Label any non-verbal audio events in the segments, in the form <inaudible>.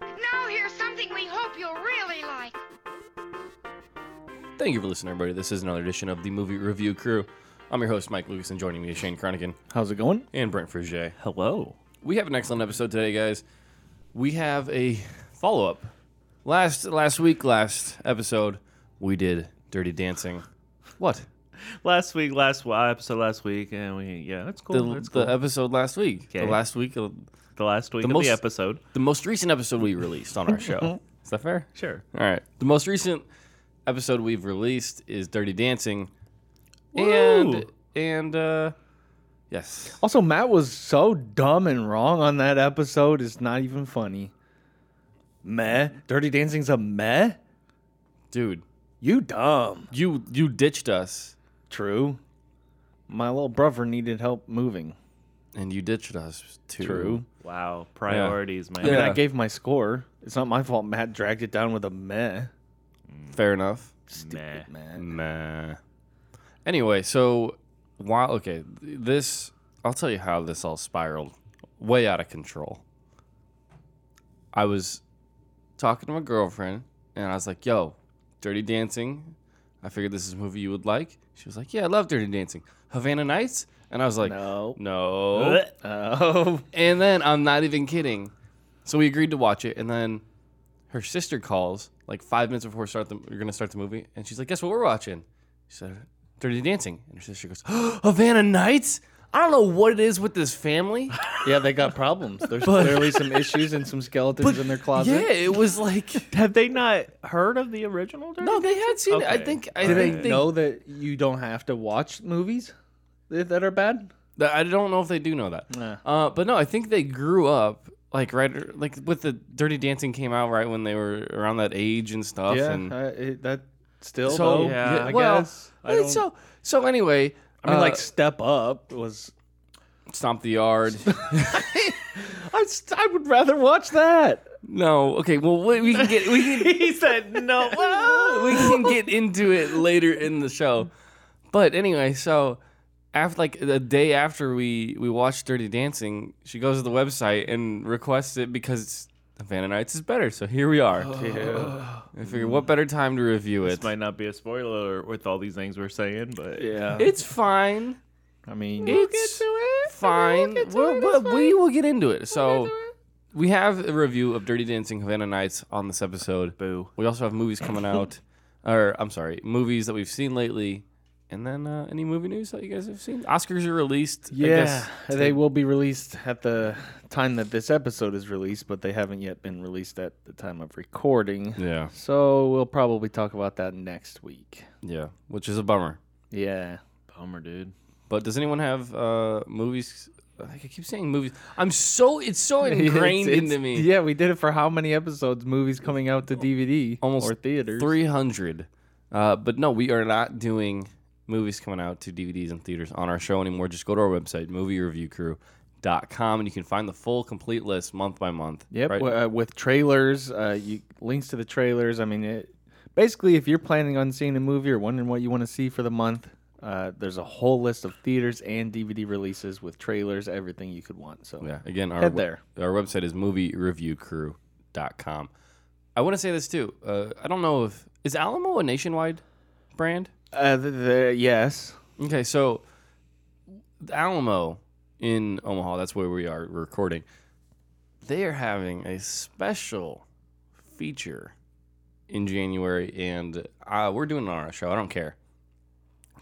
Now here's something we hope you'll really like. Thank you for listening, everybody. This is another edition of the Movie Review Crew. I'm your host, Mike Lucas, and joining me is Shane Cronigan How's it going? and Brent Frugier. Hello. We have an excellent episode today, guys. We have a follow up. Last last week, last episode, we did Dirty Dancing. What? last week, last uh, episode last week, and we yeah, that's The, cool. Oh, that's the cool. The, episode last week. Okay. The last week, of- last week the of most- the episode. the most recent episode we released on our show. Mm-hmm. is that fair? Sure. All right. The most recent episode we've released is Dirty Dancing. And Woo! and uh yes. Also, Matt was so dumb and wrong on that episode. It's not even funny. Meh. Dirty Dancing's a meh. Dude, You dumb. you you ditched us True. My little brother needed help moving. and you ditched us too. True. Wow, priorities, man. I mean, Yeah. I gave my score. It's not my fault. Matt dragged it down with a meh. Fair enough. Meh. Mm. Man. Nah. Anyway, so while okay, this I'll tell you how this all spiraled way out of control. I was talking to my girlfriend and I was like, "Yo, Dirty Dancing. I figured this is a movie you would like." She was like, "Yeah, I love Dirty Dancing. Havana Nights." And I was like, No. <laughs> No." Oh. And then I'm not even kidding. So we agreed to watch it, and then her sister calls like five minutes before we start the we're gonna start the movie, and she's like, "Guess what we're watching?" She said, "Dirty Dancing," and her sister goes, "Oh, "Havana Nights." I don't know what it is with this family. <laughs> Yeah, they got problems. There's clearly some issues and some skeletons in their closet. Yeah, it was like Have they not heard of the original? Dirty? no, they had seen it. I Okay. think I Do they think they. know that you don't have to watch movies that that are bad? th- I don't know if they do know that. Nah. Uh, but no, I think they grew up like right like with the Dirty Dancing came out right when they were around that age and stuff. Yeah, and I, it, that still So, though, yeah, I well, guess. Uh, so so anyway, I mean, uh, like Step Up was. stomp the yard. <laughs> I, st- I would rather watch that. <laughs> no, okay. Well, we, we can get we <laughs> can he said no. <laughs> we can get into it later in the show. But anyway, so after like the day after we we watched Dirty Dancing, she goes to the website and requests it because Havana Nights is better. So here we are. I figured what better time to review it. This might not be a spoiler with all these things we're saying, but Yeah, It's fine. I mean, It's fine. We'll, we'll, we will get into it. So we have a review of Dirty Dancing Havana Nights on this episode. Boo. We also have movies <laughs> coming out, or I'm sorry, movies that we've seen lately, and then uh, any movie news that you guys have seen. Oscars are released. I yeah, guess, they will be released at the time that this episode is released, but they haven't yet been released at the time of recording. yeah, So we'll probably talk about that next week. yeah, which is a bummer. Yeah, bummer, dude. But does anyone have uh, movies? I keep saying movies. I'm so <laughs> it's so ingrained <laughs> It's- into it's- me. Yeah, we did it for how many episodes? Movies coming out to DVD almost or theaters? 300 uh, but no we are not doing movies coming out to dvds and theaters on our show anymore just go to our website moviereviewcrew.com and you can find the full complete list month by month Yep, right? w- uh, with trailers, uh, you links to the trailers. I mean, it, basically, if you're planning on seeing a movie or wondering what you want to see for the month, uh, there's a whole list of theaters and DVD releases with trailers, everything you could want. So yeah again our, head we- there. our website is moviereviewcrew.com i want to say this too uh, i don't know if is alamo a nationwide brand Uh, th the, yes, Okay, so the Alamo in Omaha, that's where we are recording. They are having a special feature in January, and uh, we're doing it on our show. I don't care.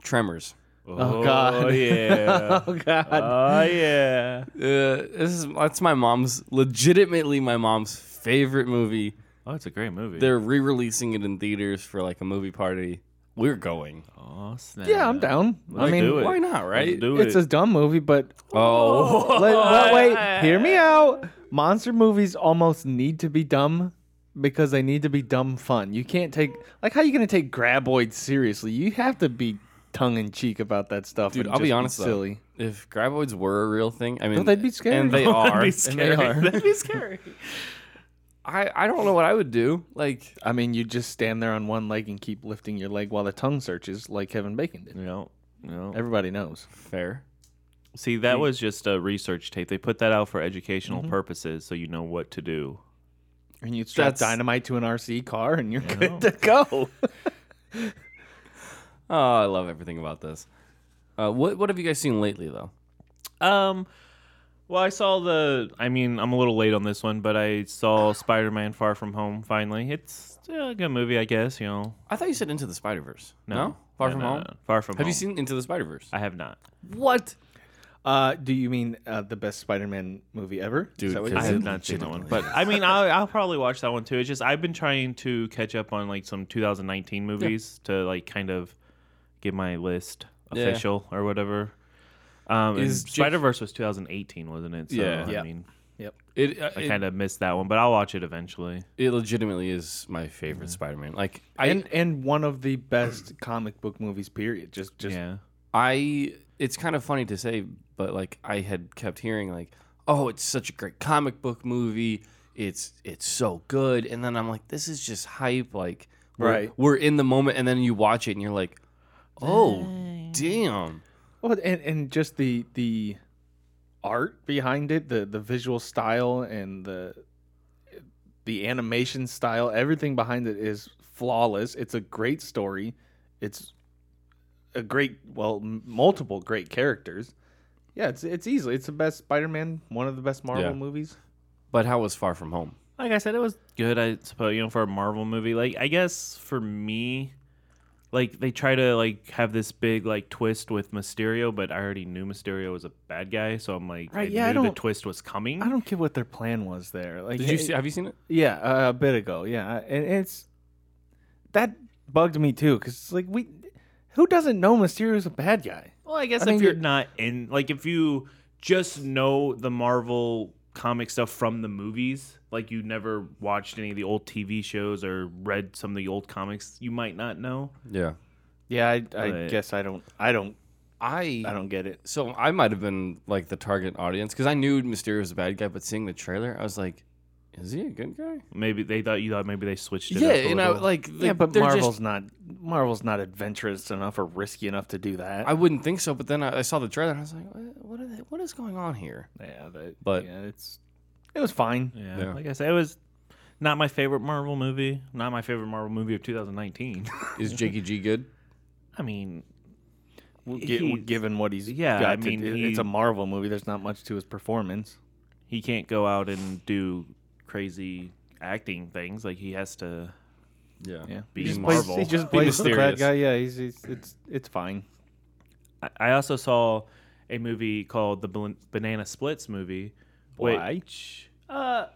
Tremors. Oh, God. <laughs> <laughs> yeah. Oh, God. Oh yeah. Uh, this is that's my mom's legitimately my mom's favorite movie. Oh, it's a great movie. They're re-releasing it in theaters for like a movie party. We're going. oh snap. yeah, I'm down. Let's I mean, do it. Why not? Right? Let's do it's it. a dumb movie, but Oh, <laughs> Let- but wait, hear me out. Monster movies almost need to be dumb because they need to be dumb fun. You can't take like how you gonna take graboids seriously? You have to be tongue in cheek about that stuff. Dude, and I'll just be honest <laughs> silly. though. If graboids were a real thing, I mean, they'd be scary. <laughs> and they That'd are. be and scary. <laughs> they are. <laughs> That'd be scary. I I don't know what I would do. Like, I mean, you just stand there on one leg and keep lifting your leg while the tongue searches, like Kevin Bacon did. No, no. Everybody knows. fair. See, that was just a research tape. They put that out for educational Mm-hmm. purposes, so you know what to do. And you strap That's- dynamite to an RC car, and you're good to go. Oh, I love everything about this. Uh, what what have you guys seen lately though? Um, well, I saw the. I mean, I'm a little late on this one, but I saw Spider-Man: Far From Home. Finally, it's uh, a good movie, I guess. You know, I thought you said Into the Spider Verse. No, No. Far No, from no, Home. no. Far From Have you Home. seen Into the Spider Verse? I have not. What? Uh, do you mean uh, the best Spider-Man movie ever? Is that what Dude, you I Is have it not seen that one, legitimately- but I <laughs> mean, I'll, I'll probably watch that one too. It's just I've been trying to catch up on like some 2019 movies to like kind of get my list Yeah. official or whatever. Um, Is Jake- Spider Verse was 2018, wasn't it? So, Yeah. I Yeah. mean, It, uh, I it, kind of missed that one, but I'll watch it eventually. it legitimately is my favorite Spider Man. Like I and and one of the best <clears throat> comic book movies. Period. Just just yeah. I it's kind of funny to say, but like I had kept hearing like, "Oh, it's such a great comic book movie. It's it's so good." And then I'm like, "This is just hype like we're, Right. we're in the moment and then you watch it and you're like, "Oh, damn." well, and and just the the art behind it, the the visual style and the the animation style, everything behind it is flawless. It's a great story. It's a great, well, m- multiple great characters. Yeah, it's it's easily it's the best Spider-Man, one of the best Marvel Yeah. movies. But how was Far From Home? like I said, it was good. I suppose you know for a Marvel movie. Like I guess for me, like they try to like have this big like twist with Mysterio, but I already knew Mysterio was a bad guy, so I'm like, Right, I yeah, I knew the don't- twist was coming. I don't get what their plan was there. Like, Did you see, have you seen it? Yeah, uh, a bit ago. Yeah, and it's that bugged me too because it's like we, who doesn't know Mysterio's a bad guy? Well, I guess I if mean, you're you're- not in, like, if you just know the Marvel comic stuff from the movies, like you never watched any of the old TV shows or read some of the old comics, you might not know. Yeah. Yeah, I, I Right. guess I don't, I don't, I I don't get it. so I might have been like the target audience because I knew Mysterio was a bad guy, but seeing the trailer, I was like, "Is he a good guy?" Maybe they thought you thought maybe they switched it yeah, up. a and I little. like yeah, but they're just- Marvel's not, Marvel's not adventurous enough or risky enough to do that. I wouldn't think so, but then I, I saw the trailer and I was like, "What- what, are they, what is going on here? yeah, but- yeah, it's, it was fine. Yeah, Yeah. like I said, it was not my favorite Marvel movie. Not my favorite Marvel movie of 2019. <laughs> Is Jakey G good? I mean, Gi- he's- given what he's yeah, got I to mean, do. he- it's a Marvel movie. There's not much to his performance. <laughs> he can't go out and do crazy acting things. Like he has to. Yeah, Be he just Marvel. Plays, he just Be plays the bad mysterious. guy. Yeah, he's, he's it's it's fine. I- I also saw a movie called the Ban- Banana Splits movie. Why? Which, uh,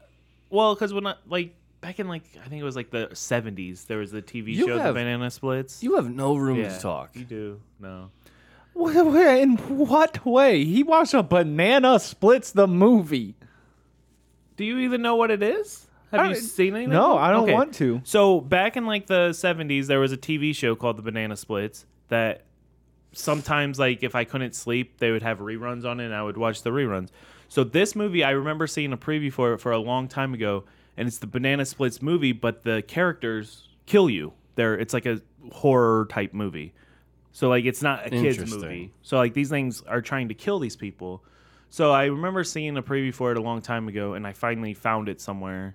well, because when I like back in like I think it was like the seventies, there was the TV You show have- The Banana Splits. You have no room Yeah, to talk. You do no. Wh- wh- In what way? He watched a banana splits the movie. Do you even know what it is? Have I you don't- seen anything? no, I don't want to. So back in like the seventies, there was a TV show called The Banana Splits that sometimes like if I couldn't sleep, they would have reruns on it, and I would watch the reruns. So this movie, I remember seeing a preview for it for a long time ago, and it's the Banana Splits movie, but the characters kill you. They're it's like a horror type movie. So like it's not a kids Interesting. movie. So like these things are trying to kill these people. So I remember seeing a preview for it a long time ago, and I finally found it somewhere,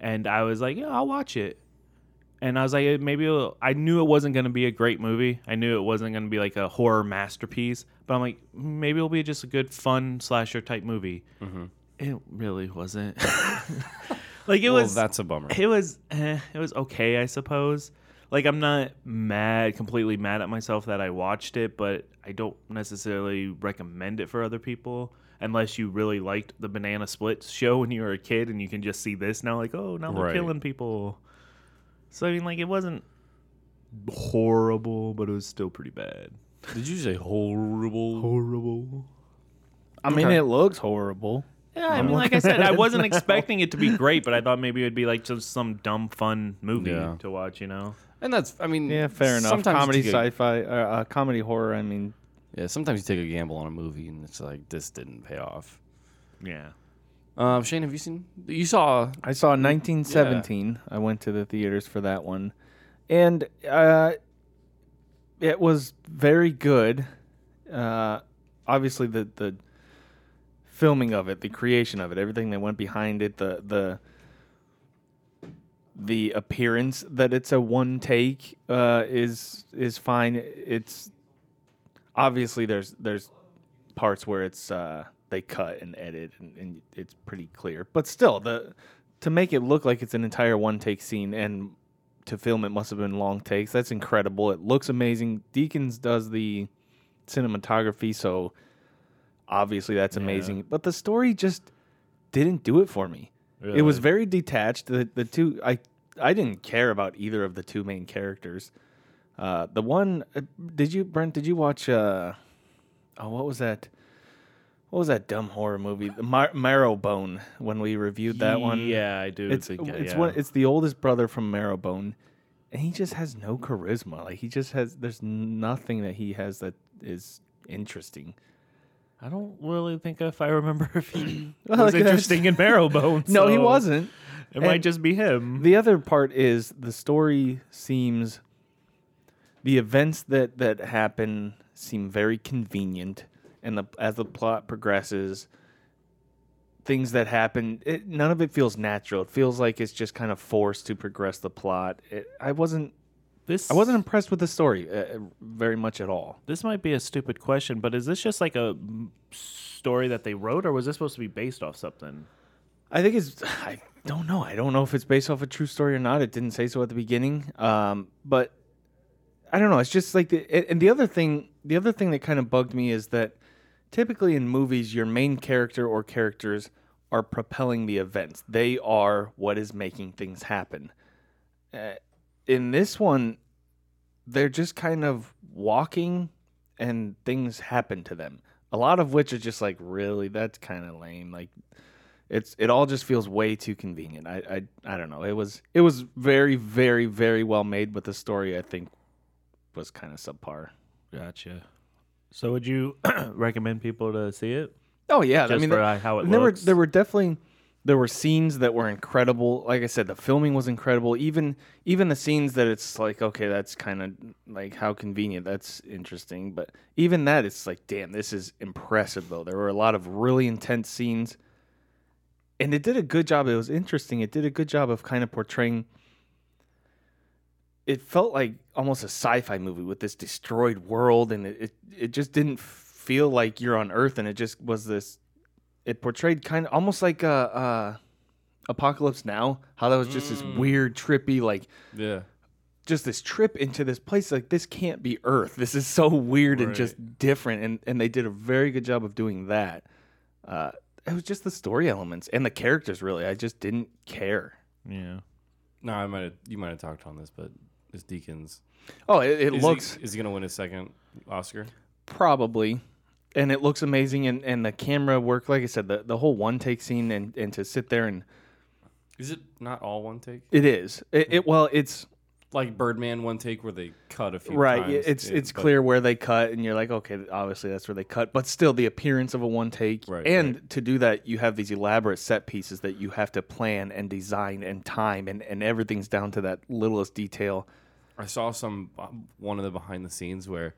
and I was like, yeah, I'll watch it. And I was like, eh, maybe it'll- I knew it wasn't going to be a great movie. I knew it wasn't going to be like a horror masterpiece. But I'm like, "Mm, maybe it'll be just a good fun slasher type movie. Mm-hmm. It really <laughs> wasn't. <laughs> like it well, was that's a bummer. it was eh, it was okay i suppose like i'm not mad completely mad at myself that i watched it but i don't necessarily recommend it for other people unless you really liked the banana splits show when you were a kid and you can just see this now like oh now they're Right. killing people so i mean like it wasn't horrible but it was still pretty bad Did you say horrible? horrible I mean, it looks horrible. Yeah, I mean, like I said, I <laughs> wasn't expecting it to be great, but I thought maybe it would be like just some dumb, fun movie Yeah. to watch. You know, And that's, I mean, Yeah, fair enough. Sometimes comedy you take a- sci-fi, uh, uh, comedy horror. I mean, yeah, sometimes you take a gamble on a movie and it's like this didn't pay off. yeah. Um, Shane, have you seen? You saw? I saw 1917. I went to the theaters for that one, and uh, it was very good. Uh, obviously, the the filming of it, the creation of it, everything that went behind it, the the the appearance that it's a one take uh, is is fine. It's obviously there's there's parts where it's uh, they cut and edit and, and it's pretty clear. But still, the to make it look like it's an entire one take scene and to film it must have been long takes. That's incredible. It looks amazing. Deacons does the cinematography, so obviously that's amazing. But the story just didn't do it for me. It was very detached. The the two I I didn't care about either of the two main characters. Uh, the one uh, did you Brent? Did you watch? Uh, oh, what was that? What was that dumb horror movie? The Mar- Marrowbone. When we reviewed that one, Yeah, I do. it's think, it's yeah. one it's the oldest brother from Marrowbone, and he just has no charisma. Like he just has there's nothing that he has that is interesting. I don't really think if I remember if he <coughs> Well, was like, that's- interesting in Marrowbone. <laughs> No, he so wasn't. It might And- just be him. The other part is the story seems the events that that happen seem very convenient and the as the plot progresses things that happen it, none of it feels natural. It feels like it's just kind of forced to progress the plot. It, I wasn't This I wasn't impressed with the story uh, very much at all. This might be a stupid question, but is this just like a mm, story that they wrote, or was this supposed to be based off something? I think it's. <sighs> I don't know. I don't know if it's based off a true story or not. It didn't say so at the beginning. Um, but I don't know. It's just like the. and- And the other thing, the other thing that kind of bugged me is that typically in movies, your main character or characters are propelling the events. They are what is making things happen. Uh, in this one, they're just kind of walking, and things happen to them. A lot of which are just like, really, that's kind of lame. Like, it's it all just feels way too convenient. I I I don't know. It was it was very very very well made, but the story I think was kind of subpar. Gotcha. So, would you <coughs> recommend people to see it? Oh yeah, I Just mean for, the- uh, how it and there looks. were there were definitely there were scenes that were incredible. Like I said, the filming was incredible. Even even the scenes that it's like okay, that's kind of like how convenient. That's interesting, but even that it's like damn, this is impressive though. There were a lot of really intense scenes, and it did a good job. It was interesting. It did a good job of kind of portraying. It felt like almost a sci-fi movie with this destroyed world, and it it, it just didn't feel like you're on Earth, and it just was this it portrayed kind of almost like uh, uh, Apocalypse Now, how that was just this weird, trippy, like Yeah. just this trip into this place. Like this can't be Earth. This is so weird and just different. And and they did a very good job of doing that. Uh, it was just the story elements and the characters. Really, I just didn't care. Yeah. No, I might have. You might have talked on this, but it's Deacons. Oh, it, it Is looks He, is he gonna win his second Oscar? probably and it looks amazing and, and the camera work like i said the, the whole one take scene and, and to sit there and Is it not all one take? it is it, Mm. it well it's Like Birdman, one take where they cut a few. right times. yeah, it's Yeah, it's but- clear where they cut and you're like okay obviously that's where they cut but still the appearance of a one take Right, and to do that you have these elaborate set pieces that you have to plan and design and time and, and everything's down to that littlest detail I saw some um, one of the behind the scenes where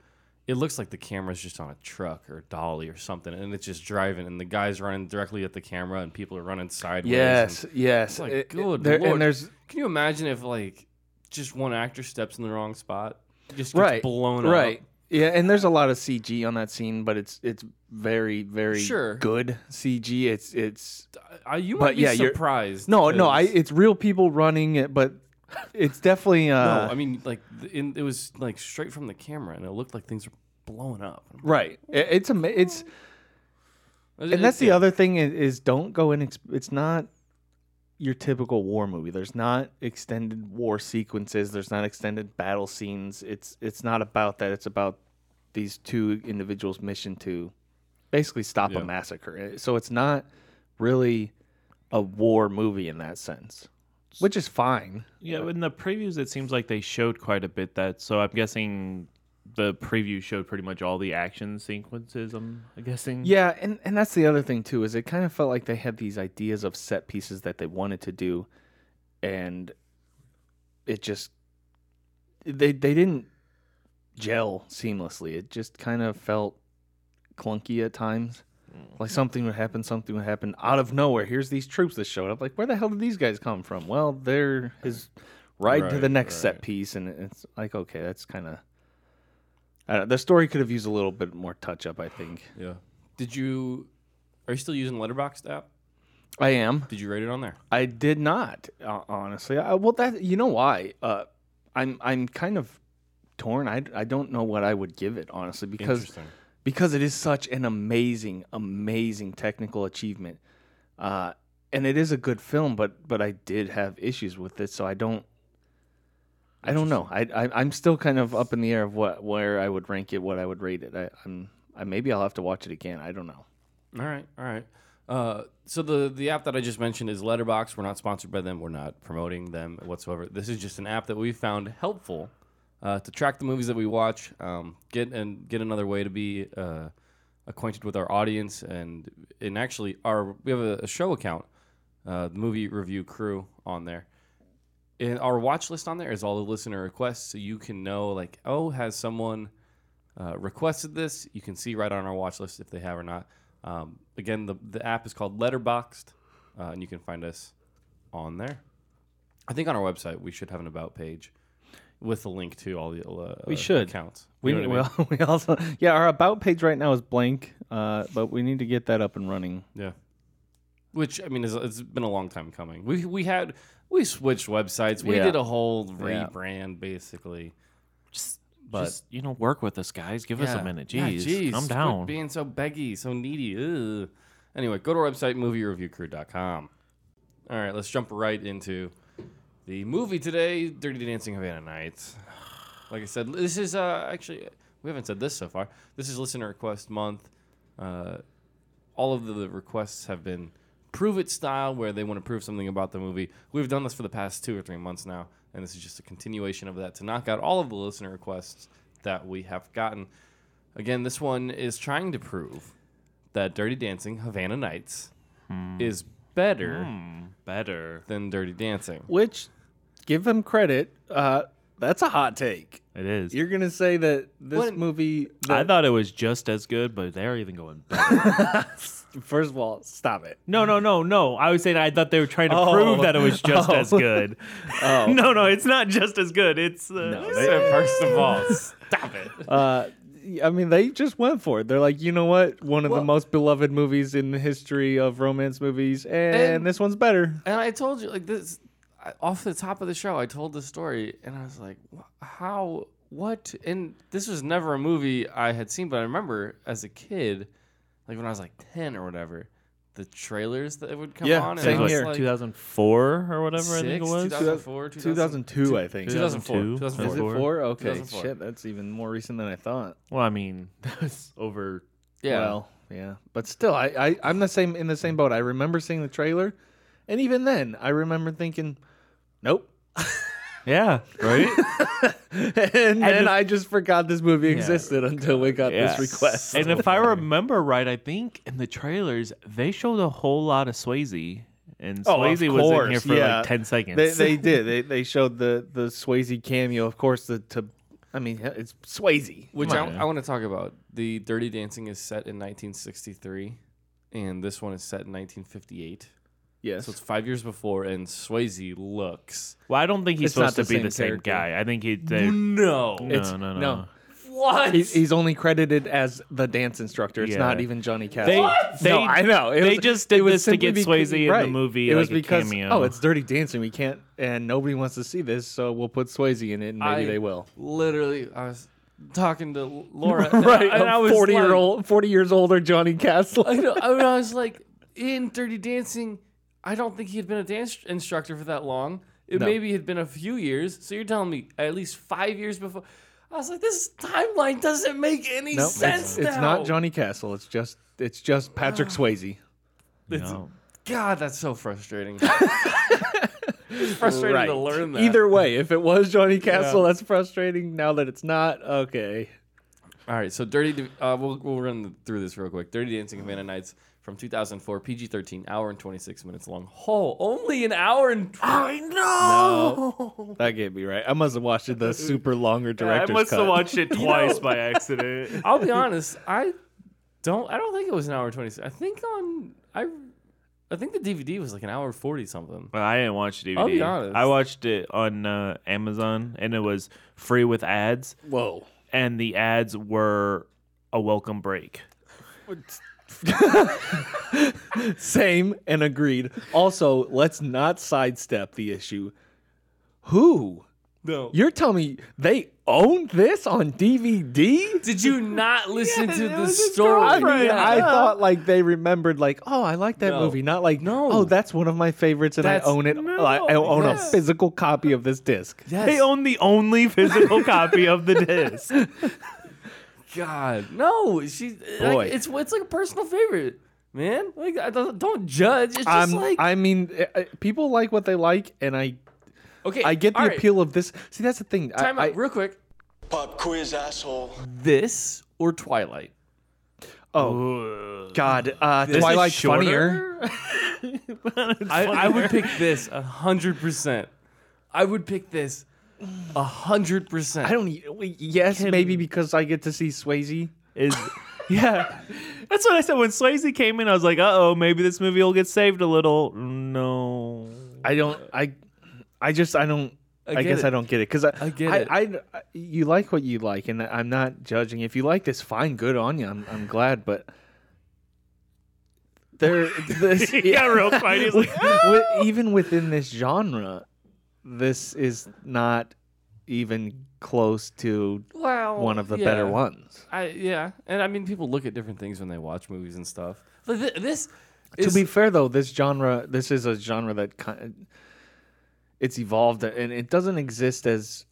it looks like the camera's just on a truck or a dolly or something, and it's just driving, and the guy's running directly at the camera, and people are running sideways. yes and yes it's like It- it- good there- lord. and there's Can you imagine if like just one actor steps in the wrong spot, just gets right blown right up? yeah and there's a lot of cg on that scene but it's it's very very Sure. good cg it's it's Uh, you might But be yeah, you're- surprised. no no i 'cause- it's real people running it but it's definitely uh No, I mean like th- in, it was like straight from the camera, and it looked like things were blowing up. right It- it's ama- it's and that's the other thing is, is don't go in ex- it's not your typical war movie there's not extended war sequences there's not extended battle scenes it's it's not about that it's about these two individuals mission to basically stop Yeah. a massacre Eh, so it's not really a war movie in that sense, which is fine. Yeah, in the previews, it seems like they showed quite a bit that. So I'm guessing the preview showed pretty much all the action sequences. I'm guessing. Yeah, and, and that's the other thing too is it kind of felt like they had these ideas of set pieces that they wanted to do, and it just they they didn't gel seamlessly. It just kind of felt clunky at times. Mm. Like something would happen, something would happen out of nowhere. Here's these troops that showed up. Like, where the hell did these guys come from? Well, they're his ride to the Right, next set piece, and it's like, okay, that's kind of. I don't, the story could have used a little bit more touch up, I think. Yeah. Did you? Are you still using Letterboxd app? I am. Did you rate it on there? I did not, uh, honestly. I, well, that you know why? Uh, I'm I'm kind of torn. I, I don't know what I would give it honestly because Interesting. because it is such an amazing amazing technical achievement, uh, and it is a good film. But but I did have issues with it, so I don't. I don't know. I, I I'm still kind of up in the air of what where I would rank it, what I would rate it. I, I'm I maybe I'll have to watch it again. I don't know. All right, all right. Uh, so the the app that I just mentioned is Letterbox. We're not sponsored by them. We're not promoting them whatsoever. This is just an app that we found helpful uh, to track the movies that we watch, um, get and get another way to be uh, acquainted with our audience, and and actually our we have a, a show account, uh, the movie review crew on there. And our watch list on there is all the listener requests, so you can know like, oh, has someone uh, requested this. You can see right on our watch list if they have or not. Um, again, the, the app is called Letterboxed, uh, and you can find us on there. I think on our website we should have an about page with a link to all the uh, We should. accounts. We, You know we, what I mean? al- <laughs> we also yeah our about page right now is blank, uh, but we need to get that up and running. yeah. Which I mean, is, it's been a long time coming. We we had we switched websites. We Yeah. did a whole Yeah. rebrand basically. Just, But- just you know, work with us, guys. Give us a minute. Yeah, Jeez, jeez, calm quit down. being so beggy, so needy. Ugh. Anyway, go to our website, moviereviewcrew.com. All right, let's jump right into the movie today, Dirty Dancing Havana Nights. <sighs> Like I said, this is uh, actually, we haven't said this so far. This is listener request month. Uh, all of the requests have been prove it style, where they want to prove something about the movie. We've done this for the past two or three months now, and this is just a continuation of that to knock out all of the listener requests that we have gotten. Again, this one is trying to prove that Dirty Dancing Havana Nights is better Better. than Dirty Dancing. Which, give them credit, uh, that's a hot take. It is. You're gonna say that this What- movie. I That, thought it was just as good, but they're even <laughs> going better. first of all, stop <laughs> it. No, no, no, no. I was saying I thought they were trying to Oh. prove that it <laughs> was just Oh. as good. no, no, it's not just as good. It's uh, first of <laughs> all, stop it. Uh, I mean, they just went for it. They're like, you know what? One of Well- the most beloved movies in the history of romance movies, and, And- this one's better. And I told you, like this, I, off the top of the show, I told the story, and I was like, "Wh- "How? What?" And this was never a movie I had seen, but I remember as a kid, like when I was like ten or whatever, the trailers that would come Yeah, on. same and I was here. Like, 2004 or whatever I think it six, was. 2004, 2000, 2002, I think. 2004, 2002. 2004. Is it four? Okay, 2004. shit, that's even more recent than I thought. Well, I mean, that was <laughs> over. Yeah. Well, yeah. But still, I, I I'm the same in the same boat. I remember seeing the trailer, and even then, I remember thinking, "Nope." <laughs> Yeah, right. <laughs> and then I just forgot this movie existed until we got Yeah. this request. <laughs> and if I remember right, I think in the trailers they showed a whole lot of Swayze, and Oh, of Swayze was in here course, for yeah. like 10 seconds. they <laughs> they did. They they showed the the Swayze cameo, of course. The to, I mean, it's Swayze. Which Come I, on, man. I want to talk about. The Dirty Dancing is set in 1963, and this one is set in 1958. Yes. So it's five years before, and Swayze looks well, I don't think he's It's not supposed to the be same the same Mm, character. guy. I think he. They, no. no, no, no, no. What? He's, he's only credited as the dance instructor. It's Yeah. not even Johnny Cash. They, they, no, I know. It they was- just it did was this to simply get becau- Swayze in right. the movie. It was like because a cameo. oh, it's Dirty Dancing. We can't, and nobody wants to see this, so we'll put Swayze in it, and maybe I- they will. literally I was talking to Laura <laughs> Right, and I was forty like, year old, forty years older Johnny Cash. <laughs> I, know, I, mean, I was like in Dirty Dancing. I don't think he had been a dance instructor for that long. It No. maybe had been a few years. So you're telling me at least five years before. I was like, this timeline doesn't make any <laughs> No, it's, sense. it's now. <sighs> not Johnny Castle. It's just it's just Patrick Swayze. No. God, that's so <laughs> frustrating. it's frustrating to learn that. Either way, if it was <laughs> Johnny Castle, that's frustrating. Now that it's not, okay. All right, so Dirty. Di- Uh, we'll we'll run through this real quick. Dirty Dancing Havana Nights from 2004, PG-13, hour and 26 minutes long. Oh, only an hour and. I know. That can't be right. I must have watched it the super longer I director's must cut. have watched <laughs> it twice by accident. I'll be honest. I don't. I don't think it was an hour and 26. I think on I. I think the DVD was like an hour 40 something. Well, <laughs> I didn't watch DVD. I'll be honest. I watched it on uh, Amazon, and it was free with ads, Whoa. and the ads were a welcome break. Same and agreed. Also, let's not sidestep the issue. Who? No. You're telling me they owned this on DVD? Did you not listen to the story? I, mean, I thought like they remembered, like, oh, I like that No. movie. Not like, No. oh, that's one of my favorites, and That's- I own it. I, I own Yes. a physical copy of this disc. Yes. They own the only physical copy of the disc. <laughs> God, no. She. Boy. Like, it's it's like a personal favorite, man. Like I don't, don't judge. It's just I'm, like I mean, uh, uh, people like what they like, and I, okay. I get the all right. appeal of this. See, that's the thing. I- Time I, out, real quick. Pop quiz, asshole. This or Twilight? Oh God, uh, is Twilight's shorter? funnier. I, I would <laughs> pick this a hundred percent. I would pick this a hundred percent. I don't. e- w- Yes, maybe because I get to see <laughs> Swayze. Is yeah. That's what I said when Swayze came in. I was like, "Uh oh, maybe this movie will get saved a little." No, I don't. I. I just. I don't. I, get guess it. I don't get it because I, I get I, it. I- you like what you like, and I'm not judging. If you like this, fine, good on you. I'm, I'm glad, but there, this, he got real quiet. He was like, "Ah." wi- even within this genre, this is not even close to Well, one of the yeah. better ones. I yeah, and I mean people look at different things when they watch movies and stuff. But th- this to is be fair though this genre this is a genre that kind it's evolved and it doesn't exist as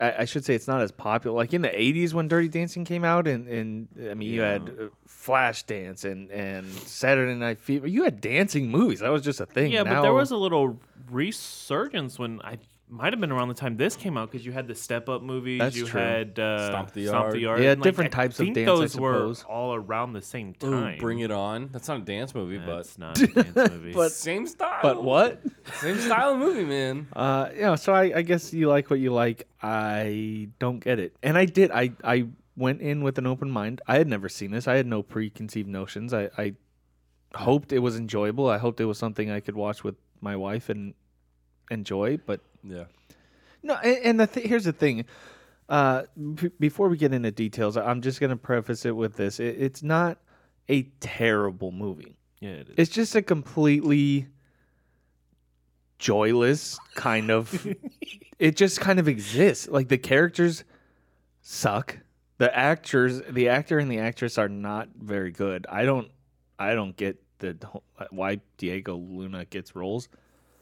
I, I should say it's not as popular like in the 80s when dirty dancing came out and, and i mean you had uh, flashdance and, and saturday night fever you had dancing movies that was just a thing Yeah, Now- but there was a little resurgence when I might have been around the time this came out because you had the Step Up movies. That's you true. had uh, Stomp the Yard. Yeah, and, different I types of think dance, I Those were suppose. all around the same Ooh, time. Bring It On. That's not a dance movie, That's but <laughs> not a dance movie. same style. but what Same style of movie, <laughs> man. Uh, yeah, so I, I guess you like what you like. I don't get it, and I did. I I went in with an open mind. I had never seen this. I had no preconceived notions. I, I hoped it was enjoyable. I hoped it was something I could watch with my wife and enjoy. But Yeah. no, and, and the th- here's the thing. Uh, b- before we get into details, I'm just gonna preface it with this: it, it's not a terrible movie. yeah, it is. It's just a completely joyless <laughs> kind of it just kind of exists. Like the characters suck. The actors, the actor and the actress are not very good. I don't I don't get the why Diego Luna gets roles.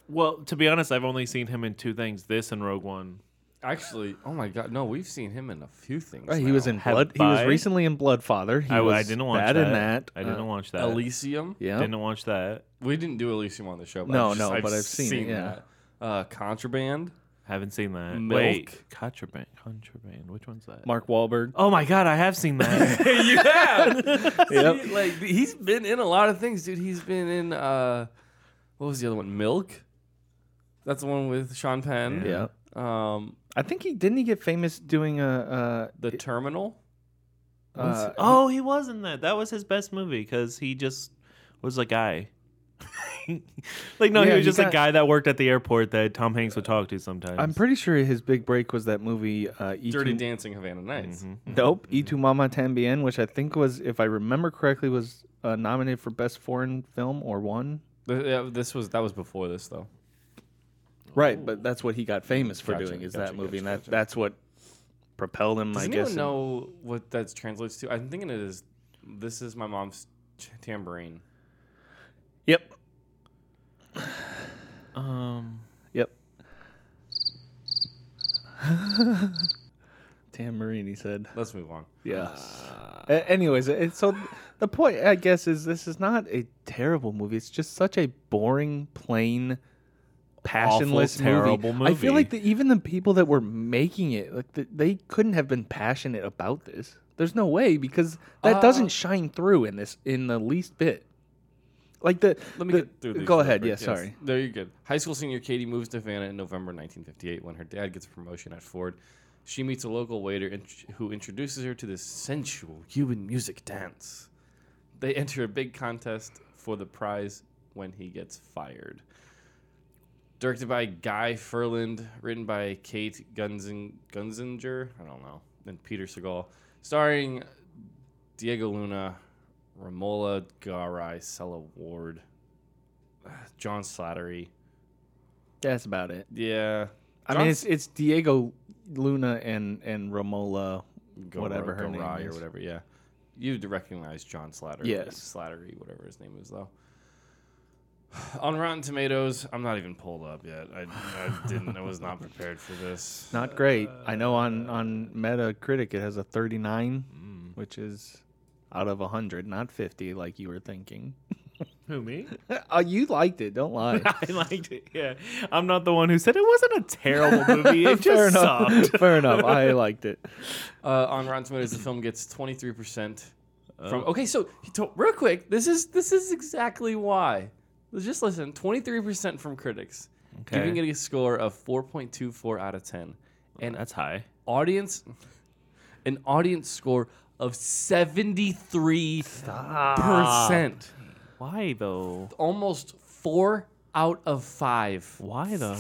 well, to be honest, I've only seen him in two things: this and Rogue One. Actually, oh my God, no, we've seen him in a few things. He now. was in Have Blood. He was I? recently in Bloodfather. He I, was I didn't watch bad that. in that. I didn't Uh, watch that. Elysium. Yeah. Didn't watch that. We didn't do Elysium on the show. But No, I've just- no, but I've seen it, yeah. that. Uh, Contraband. Haven't seen that. Milk. Wait, contraband. Contraband. Which one's that? Mark <laughs> Wahlberg. Oh my god, I have seen <laughs> that. <laughs> you have. See, like he's been in a lot of things, dude. He's been in uh, what was the other one? Milk. That's the one with Sean Penn. Yeah. Um, I think he didn't he get famous doing a the Terminal. <laughs> uh, uh oh, he was in that. That was his best movie because he just was a guy. <laughs> like no, Yeah, he he was just got- a guy that worked at the airport that Tom Hanks would talk to sometimes. I'm pretty sure his big break was that movie uh E2 Dirty Dancing Havana Nights. Nope. E tu Mama Tambien, which I think was, if I remember correctly, was uh, nominated for Best Foreign Film or won. Th- yeah, This was that was before this though. Right, but that's what he got famous for Gotcha, doing is gotcha, that movie, and gotcha, that, that's what propelled him. Does I anyone guess. and- know what that translates to? I'm thinking it is. This is my mom's t- tambourine. Yep. Um, <laughs> Yep. Tambourine, he said. Let's move on. Yeah. A- Uh, anyways, it, so the point, I guess, is this is not a terrible movie. It's just such a boring, plain, passionless, Awful, terrible I feel movie. like the, even the people that were making it, like the, they couldn't have been passionate about this. There's no way because Uh, that doesn't shine through in this in the least bit. Like the Let me the- get through these. Go real ahead. quick. Yeah, sorry. No, you're good. High school senior Katie moves to Havana in November 1958 when her dad gets a promotion at Ford. She meets a local waiter in- who introduces her to this sensual Cuban music dance. They enter a big contest for the prize when he gets fired. Directed by Guy Ferland, written by Kate Gunzin- Gunzinger, I don't know, and Peter Segal, starring Diego Luna, Romola Garai, Sella Ward, John Slattery. That's about it. Yeah. I mean, it's it's Diego Luna and and Romola. whatever her name Garai is. or whatever. Yeah. You'd recognize John Slattery. Yes. Slattery, whatever his name is, though. <sighs> On Rotten Tomatoes, I'm not even pulled up yet. I, I didn't. I was <laughs> not prepared for this. Not great. Uh, I know on on Metacritic it has a 39, Mm. which is out of 100, not 50 like you were thinking. <laughs> Who me? Oh, you liked it. Don't lie. <laughs> I liked it. Yeah, I'm not the one who said it wasn't a <laughs> terrible movie. It <laughs> Fair just enough. sucked. <laughs> Fair enough. I <laughs> liked it. Uh, on Rotten Tomatoes, the film gets 23% from. Oh. Okay, so he told, real quick, this is this is exactly why. Just listen, 23% from critics, giving it a score of 4.24 out of 10, and That's high. audience, an audience score of 73 percent, Why though? almost four out of five. Why though?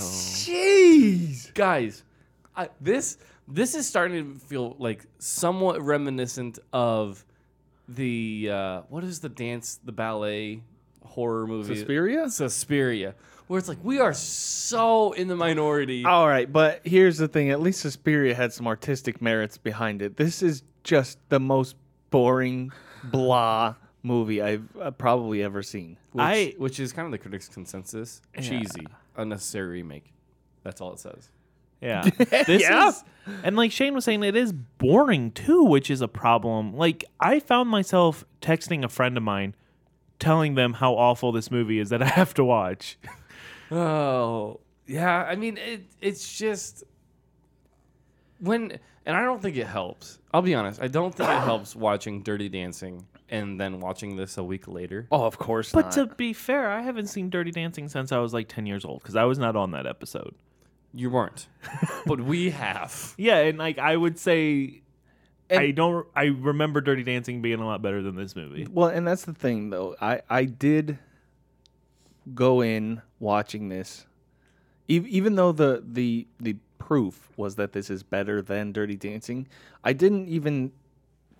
guys I, this this is starting to feel like somewhat reminiscent of the uh, what is the dance the ballet horror movie Suspiria? Suspiria where it's like we are so in the minority All right, but here's the thing. At least Suspiria had some artistic merits behind it. This is just the most boring, blah movie I've uh, probably ever seen. which, I- which is kind of the critics consensus cheesy unnecessary remake that's all it says <laughs> Yeah. This is and like Shane was saying, it is boring too, which is a problem. Like I found myself texting a friend of mine telling them how awful this movie is that I have to watch. Oh, yeah. I mean, it, it's just when, and I don't think it helps. I'll be honest. I don't <coughs> think it helps watching Dirty Dancing and then watching this a week later. Oh, of course But not. to be fair, I haven't seen Dirty Dancing since I was like ten years old because I was not on that episode. You weren't, but we have. Yeah, and like I would say I don't I remember Dirty Dancing being a lot better than this movie. Well, and that's the thing though. I I did go in watching this, e- even though the the the proof was that this is better than Dirty Dancing. I didn't even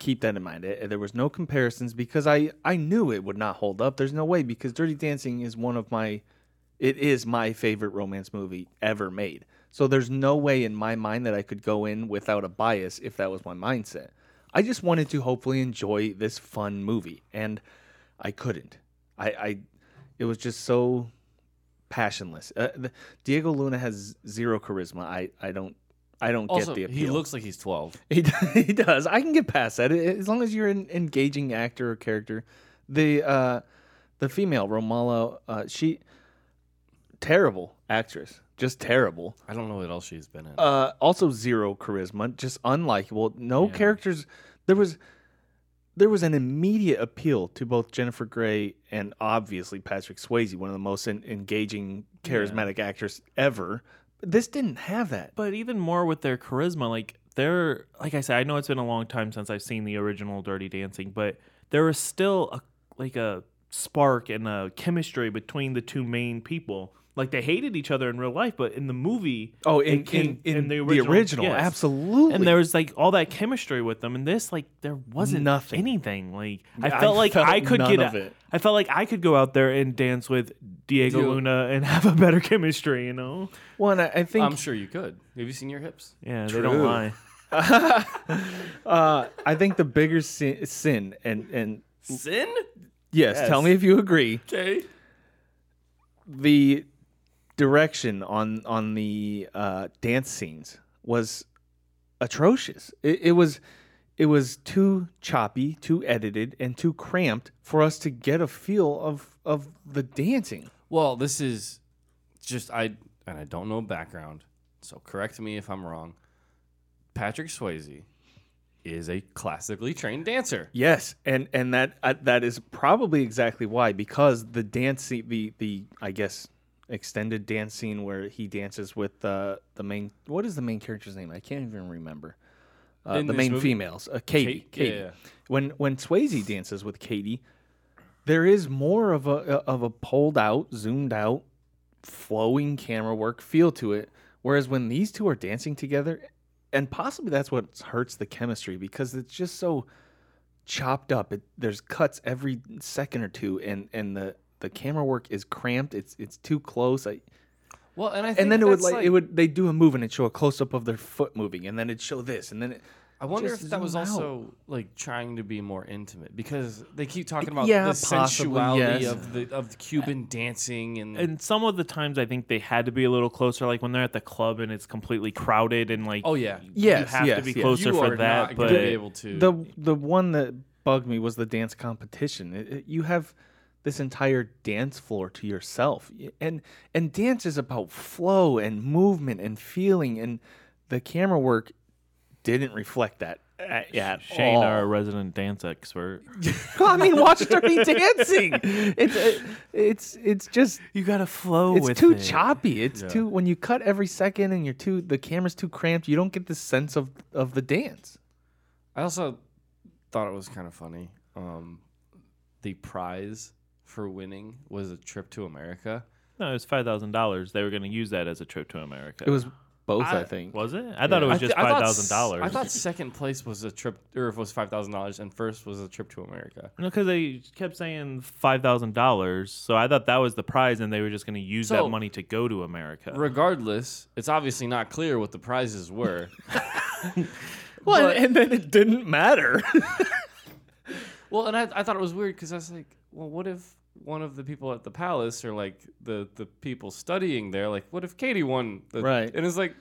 keep that in mind. Eh, there was no comparisons because I I knew it would not hold up. There's no way because Dirty Dancing is one of my it is my favorite romance movie ever made. So there's no way in my mind that I could go in without a bias if that was my mindset. I just wanted to hopefully enjoy this fun movie and I couldn't. I, I it was just so passionless. Uh, the, Diego Luna has zero charisma. I, I don't I don't Also, <laughs> get the appeal. he looks like he's 12. <laughs> He, d- he does. I can get past that A- as long as you're an engaging actor or character. The uh, the female Romala, uh, she terrible actress, just terrible. I don't know what else she's been in. Uh, also zero charisma, just unlikable. No characters. There was there was an immediate appeal to both Jennifer Grey and obviously Patrick Swayze, one of the most en- engaging, charismatic actors ever. This didn't have that. but even more with their charisma like they're like i said i know it's been a long time since i've seen the original dirty dancing but there is still a like a spark and a chemistry between the two main people like they hated each other in real life but in the movie Oh, it in, came- in, in, the original, yes. absolutely. and there was like all that chemistry with them and this like there wasn't Nothing. anything like i I felt like felt i could none get of a- it. i felt like i could go out there and dance with diego Dude. luna and <laughs> have a better chemistry you know Well, and I, I think I'm sure you could. Have you seen your hips? yeah they don't True. lie <laughs> uh, I think the bigger sin, sin and and Sin? yes, tell me if you agree. Okay. The direction on on the uh, dance scenes was atrocious. It, it was it was too choppy, too edited, and too cramped for us to get a feel of of the dancing. Well, this is just I and I don't know background, so correct me if I'm wrong. Patrick Swayze is a classically trained dancer. Yes, and and that uh, that is probably exactly why because the dance scene, the the I guess extended dance scene where he dances with uh, the main what is the main character's name? I can't even remember. Uh, In the this main movie? females, uh, Katie. Kate- Katie. yeah, yeah. When when Swayze dances with Katie, there is more of a of a pulled out, zoomed out, flowing camera work feel to it. Whereas when these two are dancing together, and possibly that's what hurts the chemistry because it's just so chopped up. It, there's cuts every second or two, and and the the camera work is cramped. It's it's too close. I, Well, and I think and then it would that's, like, it would they do a move and it would show a close up of their foot moving, and then it would show this, and then it. I wonder if just that was zoom out. also like trying to be more intimate because they keep talking about Yeah, the possibly, sensuality yes. of the of the Cuban dancing and, And some of the times I think they had to be a little closer, like when they're at the club and it's completely crowded and like oh yeah, you Yes, you have yes, to be yes. closer are for that. not But gonna be able to the the one that bugged me was the dance competition. It- it- you have this entire dance floor to yourself, Y- and and dance is about flow and movement and feeling, and the camera work didn't reflect that. <laughs> At, uh, at Shane, uh, all. our resident dance expert, Well, I mean, watch Dirty Dancing. It's uh, it's it's just you gotta flow it's too choppy. It's too when you cut every second and you're too the camera's too cramped. You don't get the sense of of the dance. I also thought it was kind of funny. Um, the prize for winning was a trip to America. No, it was five thousand dollars. They were gonna use that as a trip to America. It was both, I, think. Was it? I thought it was just thi- I five thought thousand dollars. s- I thought second place was a trip, or if it was five thousand dollars, and first was a trip to America. No, because they kept saying five thousand dollars, so I thought that was the prize, and they were just going to use So- that money to go to America. Regardless, it's obviously not clear what the prizes were. Well, and then it didn't matter. <laughs> well, and I, I thought it was weird because I was like, well, what if one of the people at the palace or like the the people studying there, like, what if Katie won? The, Right. And it's like,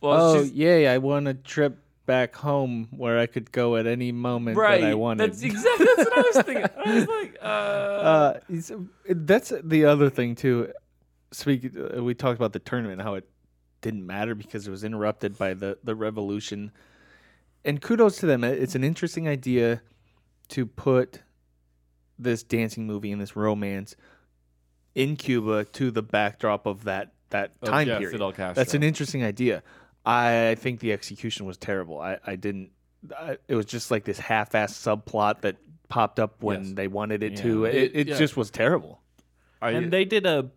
well, oh she's, yay! I won a trip back home where I could go at any moment right. that I wanted. That's exactly that's what I was thinking. I was <laughs> like, uh. <laughs> uh, it's- that's the other thing too. Speak. Uh, we talked about the tournament, how it didn't matter because it was interrupted by the the revolution. And kudos to them. It- It's an interesting idea to put this dancing movie and this romance in Cuba to the backdrop of that that Of, time yeah, period. Fidel Castro. That's an interesting idea. I think the execution was terrible. I, I didn't. I, it was just like this half-assed subplot that popped up when Yes. they wanted it to. It, it, It- yeah. just was terrible. I, and they did a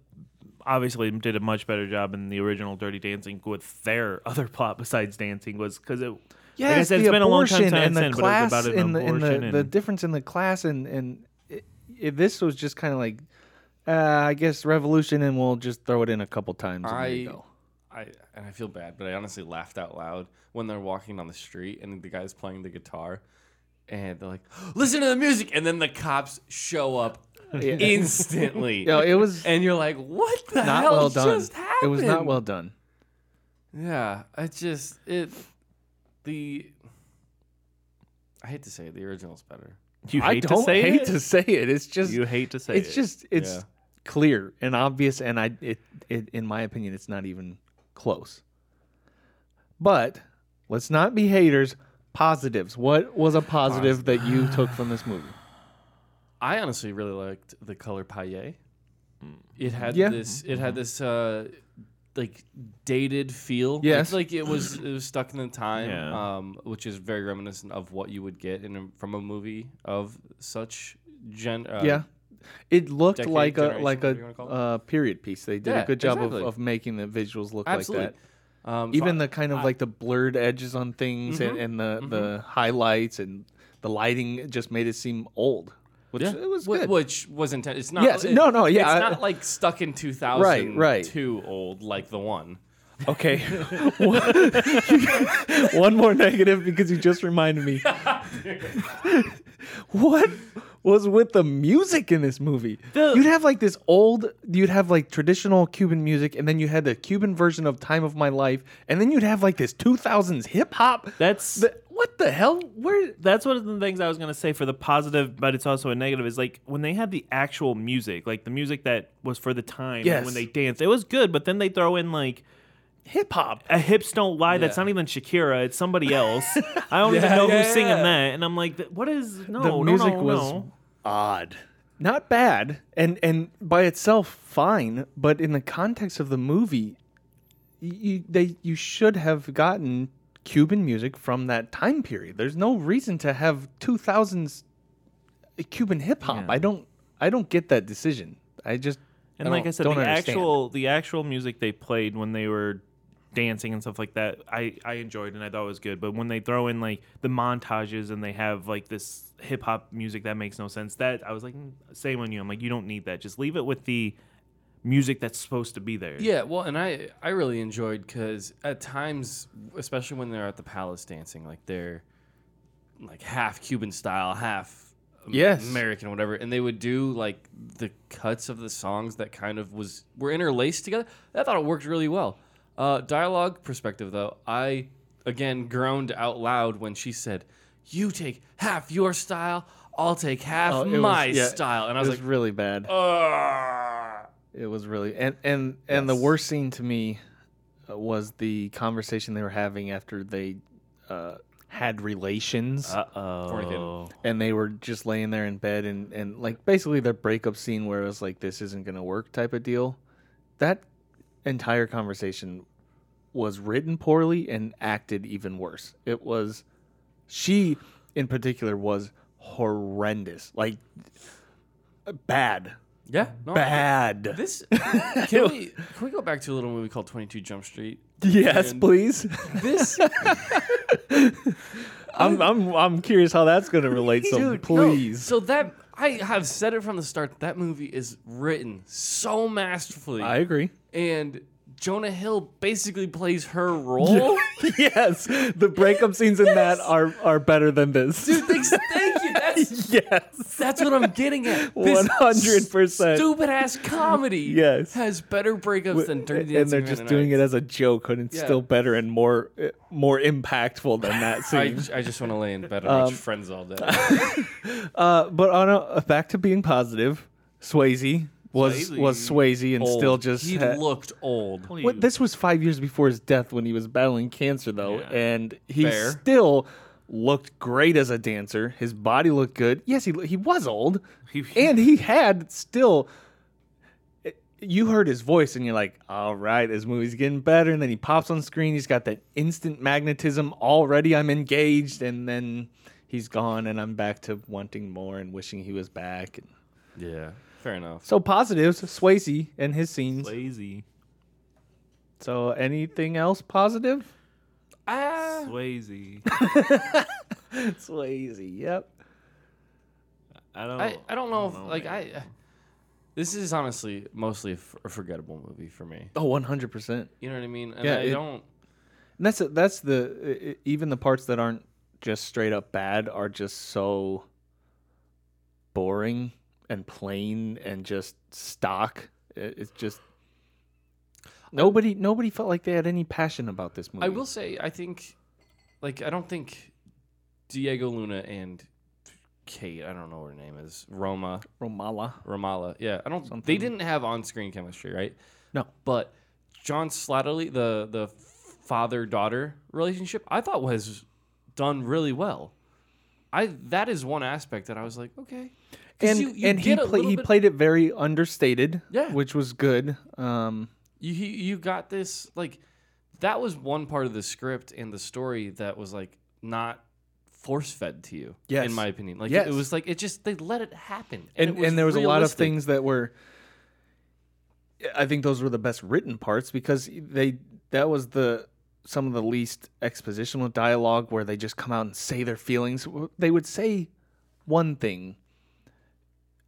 obviously did a much better job in the original Dirty Dancing with their <laughs> other plot besides dancing was because it. Yeah, like I said, it's been a long time since I've seen it, but it was about an and, the, and, abortion the, and the difference in the class and and it, it, this was just kind of like, uh, I guess revolution, and we'll just throw it in a couple times. And there you I- <laughs> go. I and I feel bad, but I honestly laughed out loud when they're walking down the street and the guy's playing the guitar, and they're like, <gasps> "Listen to the music," and then the cops show up instantly. <laughs> No, it was and you're like, "What the not hell well done. just happened?" It was not well done. Yeah, it just it the. I hate to say it, the original's better. you hate I don't to say hate it. to say it. It's just you hate to say it's it. just it's Yeah. clear and obvious and i it, it in my opinion it's not even close but let's not be haters positives what was a positive that you took from this movie I honestly really liked the color paillet. It had Yeah. this. It Mm-hmm. had this uh, like dated feel. Yes. it's like it was it was stuck in the time, Yeah. um, which is very reminiscent of what you would get in a, from a movie of such gen. <sighs> Uh, yeah it looked decade, like a generation, like whatever you wanna call a it. uh, period piece they did Yeah, a good job exactly. of, of making the visuals look absolutely. like that Um, so even I- Mm-hmm. the kind of like the blurred edges on things and, and the, the highlights and the lighting just made it seem old which yeah, it was whi- good which was intent. It's not. Yes, it- no, no, yeah, It's I- not like stuck in two thousand right. too old like the one. Okay. <laughs> One more negative because you just reminded me. <laughs> what was with the music in this movie? you'd have like this old, you'd have like traditional Cuban music, and then you had the Cuban version of Time of My Life, and then you'd have like this 2000s hip hop. That's The- What the hell? Where? that's one of the things I was gonna say for the positive, but it's also a negative. Is like when they had the actual music, like the music that was for the time, and Yes. when they danced, it was good. But then they throw in like Hip hop. a hips don't lie. That's not even Shakira. It's somebody <laughs> else. I don't even know who's singing that. And I'm like, "Th- what is no? the no, music no, was no. odd. Not bad, and and by itself fine, but in the context of the movie, you they you should have gotten Cuban music from that time period. There's no reason to have two thousands Cuban hip hop. I don't I don't get that decision. I just And I like don't- I said, the don't understand. actual the actual music they played when they were dancing and stuff like that, I I enjoyed and I thought it was good. But when they throw in like the montages and they have like this hip hop music that makes no sense, that I was like, "Mm, same on you. I'm like, you don't need that. Just leave it with the music that's supposed to be there. Yeah, well, and I I really enjoyed because at times, especially when they're at the palace dancing, like they're like half Cuban style, half Am- Yes. American, whatever, and they would do like the cuts of the songs that kind of was were interlaced together. I thought it worked really well. Uh, dialogue perspective though, I again groaned out loud when she said, "You take half your style, I'll take half Oh, it was- my yeah, style," and I it was, was like, really bad. It was really and and and the worst scene to me uh, was the conversation they were having after they uh, had relations. Uh oh. Fornicated. and they were just laying there in bed and, and like basically their breakup scene where it was like this isn't gonna work type of deal. That entire conversation was written poorly and acted even worse. It was she in particular was horrendous. Like bad. "Yeah, no, Bad. Oh, This can we can we go back to a little movie called Twenty Two Jump Street? <laughs> Yes, and- please. This <laughs> <laughs> I'm I'm I'm curious how that's gonna relate so dude, no. please. So that I have said it from the start. That movie is written so masterfully, I agree. and Jonah Hill basically plays her <laughs> role. <laughs> yes. The breakup scenes in that are are better than this. Dude, thanks, thank you. That's <laughs> yes. that's what I'm getting at. This 100%. Stupid ass comedy. Yes. has better breakups than Dirty Dancing. and they're just doing it as a joke, and it's Yeah. still better and more uh, more impactful than that scene. <laughs> I, I just want to lay in bed and Um, watch Friends all day. Uh, but on a, uh, back to being positive, Swayze was Swayze. was Swayze and still Old. just Oh, he had- looked old. What, this was five years before his death when he was battling cancer, though, Yeah. and he Fair. still looked great as a dancer. His body looked good. Yes, he he was old, He- <laughs> and he had still. You heard his voice, and you're like, "All right, this movie's getting better." And then he pops on screen. He's got that instant magnetism already. I'm engaged, and then he's gone, and I'm back to wanting more and wishing he was back. Yeah, fair enough. So positives, Swayze and his scenes. Lazy. So anything else positive? Ah. Lazy. Swayze. Yep. I don't Oh, I, I don't know if like I. This is honestly mostly a, f- a forgettable movie for me. Oh, one hundred percent. You know what I mean? And Yeah, I it- don't. And that's that's the i- i- even the parts that aren't just straight up bad are just so boring and plain and just stock. I- It's just nobody nobody felt like they had any passion about this movie. I will say I think, like I don't think Diego Luna and Kate I don't know what her name is Roma Romala. Romala yeah I don't they didn't have on screen chemistry right No. but John Slattery the the father daughter relationship I thought was done really well. I that is one aspect that I was like okay. 'Cause And you- you and he get a play, little he bit- played it very understated. Yeah. Which was good. Um you you you got this like that was one part of the script and the story that was like not force fed to you Yes. in my opinion like Yes. it was like it just they let it happen and it and, there was a lot of realistic. things that were i think those were the best written parts because they that was the some of the least expositional dialogue where they just come out and say their feelings they would say one thing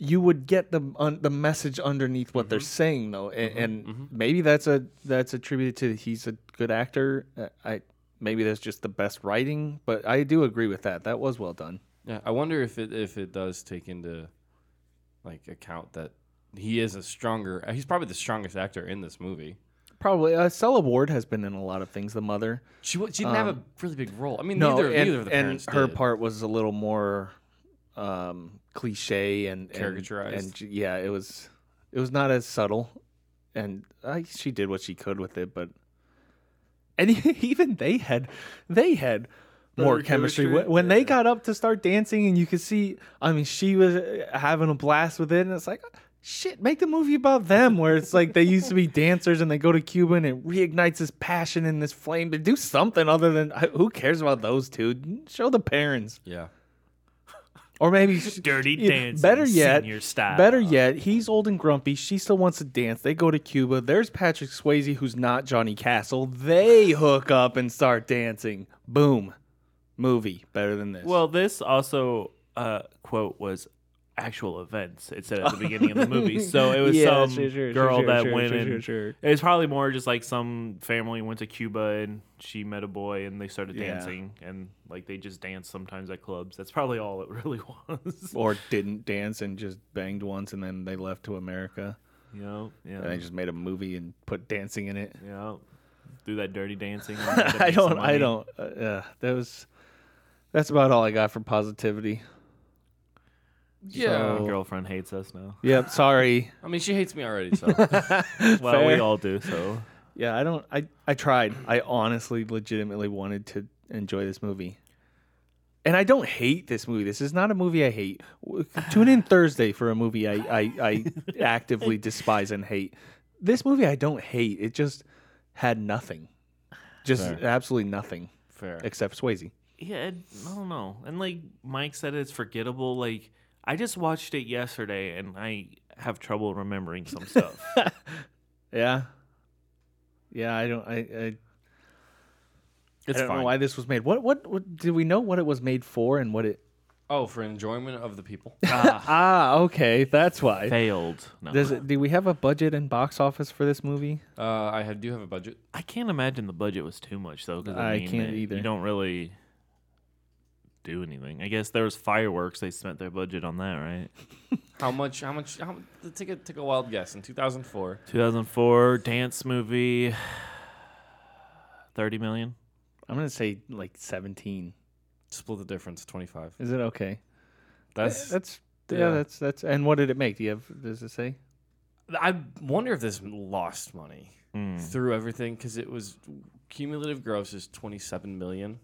you would get the un, the message underneath what Mm-hmm. they're saying though and, and maybe that's a that's attributed to he's a good actor Uh, i maybe that's just the best writing but i do agree with that that was well done yeah i wonder if it if it does take into uh, like account that he is a stronger he's probably the strongest actor in this movie Probably. Uh, Stella Ward has been in a lot of things. The mother. She, wa- she didn't have a really big role. I mean, Um, No, neither, and, neither of the and parents her did. part was a little more um, cliche and and- Caricaturized. And, j- yeah, it was it was not as subtle, and I, she did what she could with it, but and <laughs> even they had they had more chemistry, When- when they got up to start dancing and you could see i mean she was uh, having a blast with it and it's like shit make the movie about them where it's like they used to be <laughs> dancers and they go to cuba and it reignites this passion and this flame to do something other than I- who cares about those two show the parents Yeah. or maybe sh- <laughs> Dirty <laughs> yeah, dancing, better yet senior style. better yet he's old and grumpy she still wants to dance they go to cuba there's patrick swayze who's not johnny castle they hook up and start dancing boom movie better than this Well, this also uh, quote was actual events. It said at the beginning of the <laughs> movie, so it was Yeah, some sure, sure, girl sure, that sure, went sure, and sure, sure. it was probably more just like some family went to Cuba and she met a boy and they started Yeah. dancing and like they just danced sometimes at clubs. That's probably all it <laughs> really was. or didn't dance and just banged once and then they left to America you know, yeah, and they just made a movie and put dancing in it. yeah. Do that dirty dancing. <laughs> I don't I don't uh, uh, that was that's about all I got for positivity. Yeah. My girlfriend hates us now. Yep, sorry. I mean, she hates me already, <laughs> so. Well, we Fair. all do. So Yeah, I don't I I tried. I honestly legitimately wanted to enjoy this movie. And I don't hate this movie. This is not a movie I hate. <sighs> W- Tune in Thursday for a movie I, I, <laughs> I actively despise and hate. This movie I don't hate. It just had nothing. Just absolutely nothing. Fair. Except Swayze. Yeah, it, I don't know. And like Mike said, it's forgettable. Like I just watched it yesterday, and I have trouble remembering <laughs> some stuff. Yeah. Yeah, I don't I, I, I It's don't know fine. why this was made. What, what what do we know what it was made for and what it Oh, for enjoyment of the people. Ah, okay, that's why. Failed. No, Does it, do we have a budget and box office for this movie? Uh, I have, do have a budget. I can't imagine the budget was too much though. Because I, I mean, can't they- either. You don't really do anything. I guess there was fireworks. They spent their budget on that, right? How much? How much? How, take a take a wild guess. In 2004, 2004 dance movie. <sighs> Thirty million. I'm gonna say like 17. split the difference. 25. Is it okay? That's. That's yeah, Yeah. that's that's. And what did it make? Do you have? Does it say? I wonder if this lost money Hmm. through everything because it was cumulative gross is 27 million.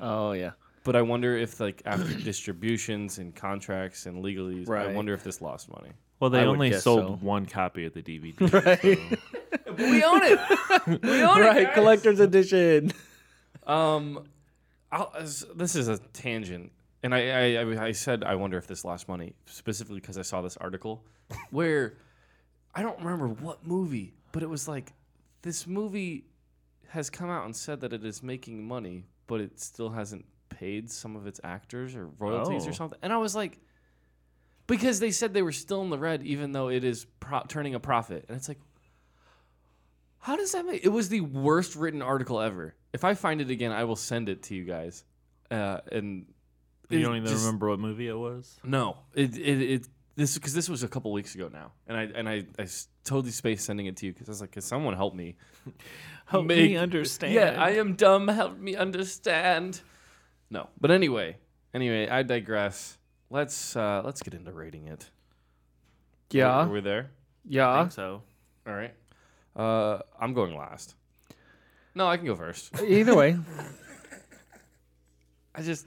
Oh yeah. But I wonder if like after <coughs> distributions and contracts and legalese, I Right. wonder if this lost money. Well, they would only guess sold so. one copy of the <laughs> DVD. We own it. we own Right, collector's edition. Um, I'll, as- this is a tangent, and I, I- I I said I wonder if this lost money specifically because I saw this article where I don't remember what movie, but it was like this movie has come out and said that it is making money, but it still hasn't paid some of its actors or royalties Oh. or something. And I was like. Because they said they were still in the red, even though it is pro- turning a profit, and it's like, how does that make? It was the worst written article ever. If I find it again, I will send it to you guys. Uh, and you it don't even just- remember what movie it was. No, it it, it this because this was a couple weeks ago now, and I and I, I s- totally spaced sending it to you because I was like, can someone help me? <laughs> Help Make- me understand. Yeah, I am dumb. Help me understand. No, but anyway, anyway, I digress. Let's uh, let's get into rating it. Yeah, are we there? yeah. think so. All right. Uh, I'm going last. No, I can go first. uh, <laughs> Either way, I just,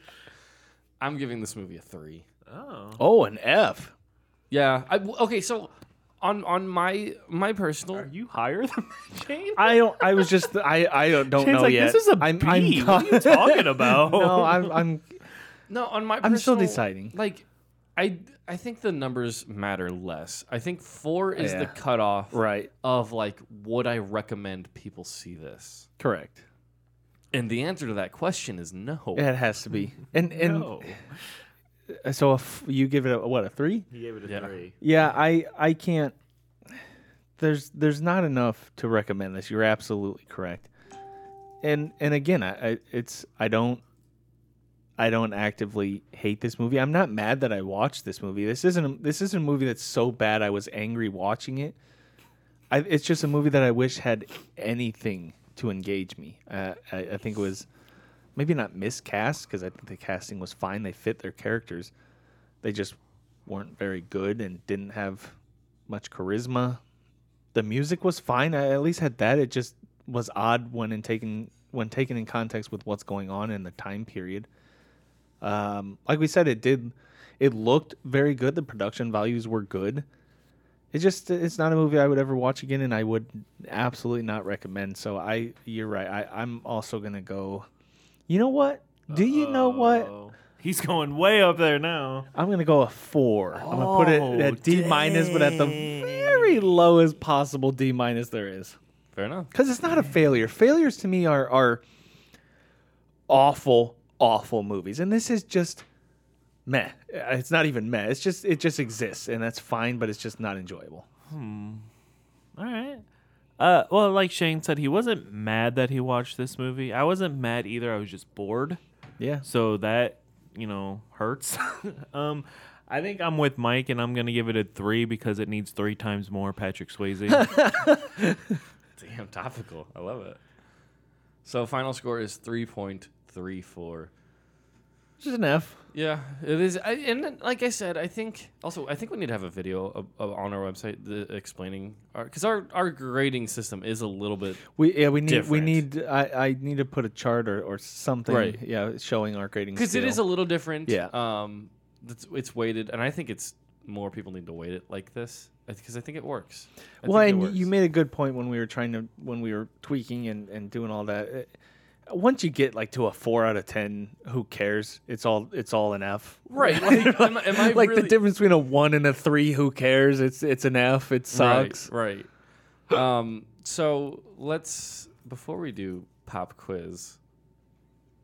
I'm giving this movie a three. oh, an F. Yeah. I, w- okay. So, on on my my personal, Are you higher than James? I don't. I was just. I. I don't, don't know like, yet. this is a B. I'm, I'm what are you <laughs> not- talking about? no, I'm. I'm no, on my I'm still personal- deciding. Like, I I think the numbers matter less. I think four is the Yeah. cutoff right. of like would I recommend people see this? Correct. And the answer to that question is no. It has to be. And and No. so if you give it a what a three? He gave it a three. Yeah, I I can't. There's there's not enough to recommend this. You're absolutely correct. And and again, I, I it's I don't I don't actively hate this movie. I'm not mad that I watched this movie. This isn't a, this isn't a movie that's so bad I was angry watching it. I, it's just a movie that I wish had anything to engage me. Uh, I, I think it was maybe not miscast because I think the casting was fine. They fit their characters. They just weren't very good and didn't have much charisma. The music was fine. I at least had that. It just was odd when in taken when taken in context with what's going on in the time period. Um, like we said, it did. It looked very good. The production values were good. It just it's not a movie I would ever watch again, and I would absolutely not recommend. So I, you're right. I, I'm also gonna go. You know what? Do you know what? He's going way up there now. I'm gonna go a four. I'm gonna put it Oh, at D minus, but at the very lowest possible D minus there is. Fair enough. Because it's not a failure. Failures to me are are awful, awful movies, and this is just meh. Uh, It's not even meh. It's just it just exists, and that's fine. But it's just not enjoyable. All right. Uh, well, like Shane said, he wasn't mad that he watched this movie. I wasn't mad either. I was just bored. Yeah. So that, you know, hurts. <laughs> um, I think I'm with Mike and I'm going to give it a three because it needs three times more Patrick <laughs> Swayze. Damn, topical. I love it. So final score is 3.34. Just an F. Yeah, it is. I, and then, like I said, I think also I think we need to have a video of, of, on our website the, explaining because our, our grading system is a little bit We yeah we need we Different. need I, I need to put a chart or, or something Right. yeah showing our grading because it scale. is a little different. Yeah. Um, it's, it's weighted, and I think it's more people need to weight it like this because I think it works. I well, think it and works. you made a good point when we were trying to when we were tweaking and and doing all that. Uh, Once you get like to a four out of ten, who cares? It's all it's all an F. right. <laughs> Like, am, I- am I like really- the difference between a one and a three, who cares? It's it's an F. It sucks. Right. right. um, so let's before we do pop quiz,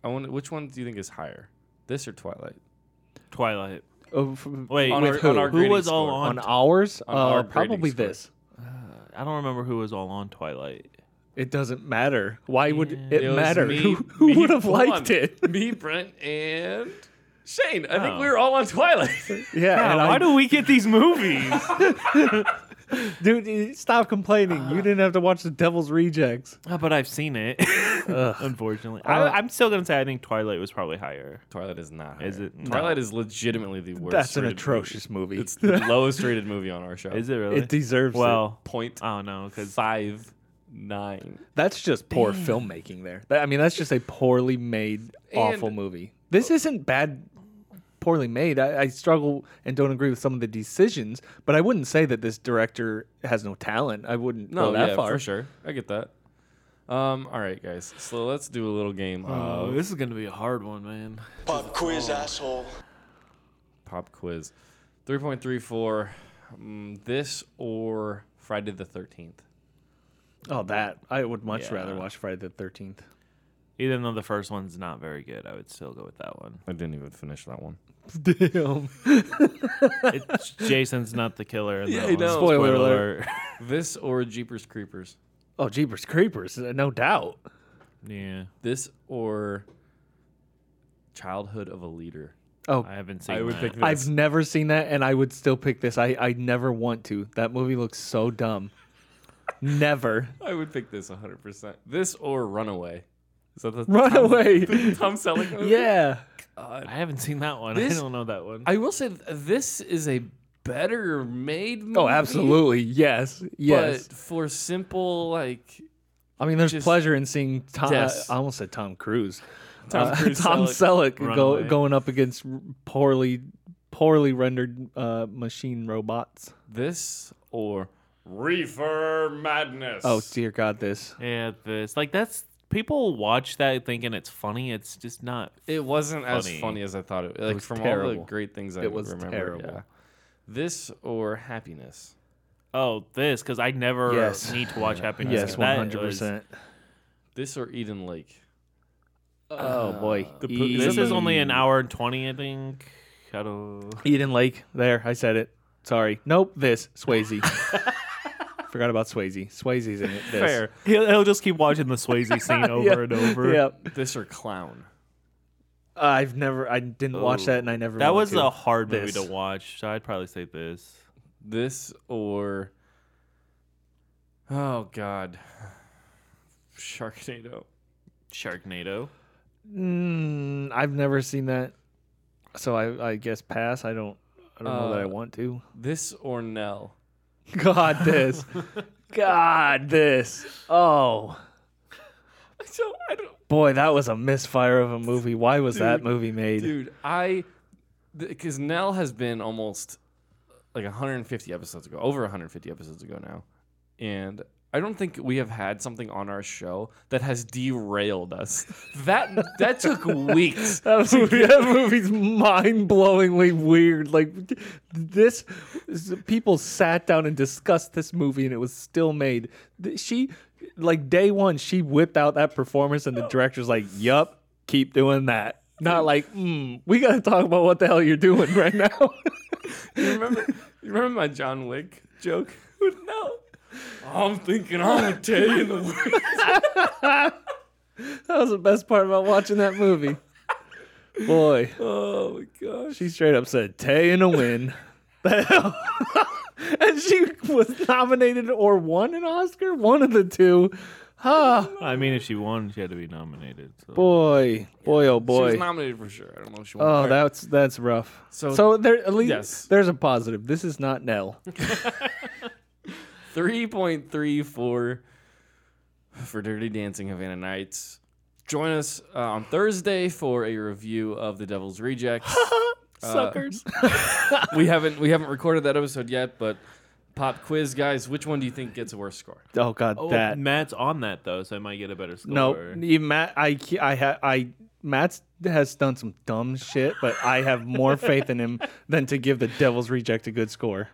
I want which one do you think is higher, this or Twilight? Twilight. Oh, f- Wait, On with our- who? on our who was grading all score. on? on ours, on uh, our grading probably score. this. I don't remember who was all on Twilight. It doesn't matter. Why would it, It was matter? me- who who me, would have hold liked on. it? <laughs> Me, Brent, and Shane. I think Oh. we were all on Twilight. Yeah, and I- why do we get these <laughs> movies? dude, you- stop complaining. Ah. you didn't have to watch The <sighs> Devil's Rejects. Uh, but I've seen it, <laughs> unfortunately. Uh, I, I'm still gonna say I think Twilight was probably higher. <laughs> Twilight is not. Is higher. it? Twilight is legitimately the worst. That's an rated atrocious movie. Movie. <laughs> <laughs> It's the lowest rated movie on our show. Is it really? Oh, it Um, deserves it. well, Point I don't know because five nine. That's just poor filmmaking there. That- I mean, that's just a poorly made, awful And- movie. This isn't bad, poorly made. I, I struggle and don't agree with some of the decisions, but I wouldn't say that this director has no talent. I wouldn't No, go that yeah, far. for sure. I get that. Um, all right, guys. So let's do a little game Oh, of Oh, this is gonna be a hard one, man. Pop quiz asshole. pop quiz. 3.34, mm, this or Friday the 13th? Oh, that I would much Yeah. rather watch Friday the Thirteenth. Even though the first one's not very good, I would still go with that <laughs> one. I didn't even finish that one. <laughs> Damn. It's Jason's not the killer. In that Yeah, I one. know. Spoiler alert. alert. <laughs> This or Jeepers Creepers? Oh, Jeepers Creepers, uh, no doubt. yeah, This or Childhood of a Leader? Oh, I haven't seen. I would that. think that- I've never seen that, and I would still pick this. I I never want to. That movie looks so dumb. <laughs> never. I would pick this 100%. This or Runaway? Is that the <laughs> Runaway. Tom Selleck movie? yeah. I haven't seen that one. This- I don't know that one. I will say th- this is a better made movie. Oh, absolutely. Yes. Yes. But for simple, like, I mean, there's Just- pleasure in seeing Tom. Yes. I almost said Tom Cruise. Tom Uh, Cruise, <laughs> Tom Selleck, go, Runaway. going up against poorly, poorly rendered uh, machine robots. this or Reefer Madness? Oh dear God, this. yeah, this like that's people watch that thinking it's funny. It's just not. It wasn't as funny. funny as I thought it. Like was from all the terrible. great things I It was remember. terrible. yeah. This or happiness. Oh, this because I never Yes. need to watch Happiness. Yes, one That hundred percent. This or Eden Lake. Oh boy, was- Uh, e- This is only an Eden- hour and twenty, I think. I don't. <laughs> Eden Lake. There, I said it. Sorry. Nope. This <laughs> Swayze. Forgot about Swayze. Swayze's in it. This. Fair. He'll, he'll just keep watching the Swayze <laughs> scene over Yeah. and over. Yep. This or clown. I've never. I didn't watch that, and I never. That want was to. a hard This. movie to watch, so I'd probably say this. This or Oh God, Sharknado. Sharknado. Mm, I've never seen that, so I, I guess pass. I don't. I don't know that I Uh, want to. <laughs> This or Nell? God, <laughs> this. God, this. Oh So I don't, boy, that was a misfire of a movie. Why was that movie made? dude. I because Nell has been almost like 150 episodes ago, over 150 episodes ago now, and I don't think we have had something on our show that has derailed us. That that took weeks. That, movie, that movie's mind-blowingly weird. Like this, people sat down and discussed this movie, and it was still made. Th- She, like day one, she whipped out that performance, and the director's like, "Yup, keep doing that." Not like, mm, "We got to talk about what the hell you're doing right now." You <laughs> remember? You remember my John Wick <laughs> joke? no. Oh, I'm thinking I'm gonna tell you the worst. <laughs> that was the best part about watching that movie. Boy, Oh my gosh. she straight up said, "Tay in a win." <laughs> and she was nominated or won an Oscar, one of the two. Ah, I mean, if she won, she had to be nominated. So. boy, boy, oh She was boy. nominated for sure. I don't know if she won. Oh, Alright. that's that's rough. So, So- there at least Yes. there's a positive. This is <laughs> not Nell. 3.34 for Dirty Dancing Havana Nights. Join us uh, on Thursday for a review of The Devil's <laughs> Rejects. Suckers. we haven't we haven't recorded that episode yet, but pop quiz guys, which one do you think gets a worse score? <laughs> oh god, Oh, that. Matt's on that though, so I might get a better score. No, you- Matt. I ca- I ha, I Matt has done some dumb shit, but I have more faith in him than to give the Devil's Reject a good score.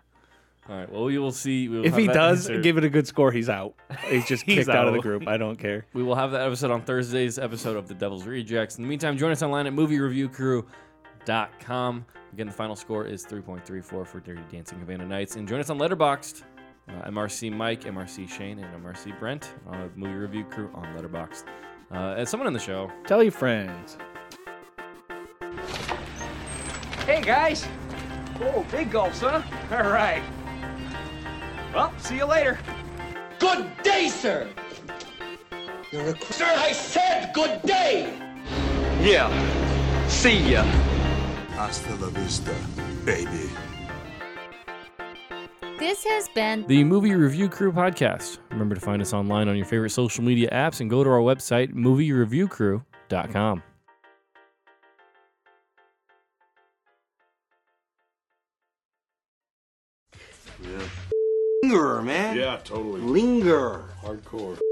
All right. Well, we will see. We will If have he that does answer. give it a good score, he's out. He's just He's kicked out of the out. group. I don't care. We will have that episode on Thursday's episode of The Devil's Rejects. In the meantime, join us online at moviereviewcrew.com. Again, the final score is 3.34 for Dirty Dancing Havana Nights. And join us on Letterboxd. Uh, MRC Mike, MRC Shane, and MRC Brent, uh, Movie Review Crew on Letterboxd. Uh, as someone on the show, Tell your friends. Hey, guys. Oh, big gulps, huh? All right. Well, see you later. Good day, sir. You're a cr- sir. I said good day. Yeah. See ya. Hasta la vista, baby. This has been the Movie Review Crew podcast. Remember to find us online on your favorite social media apps and go to our website, moviereviewcrew.com. Linger, man. Yeah, totally. Linger. Hardcore.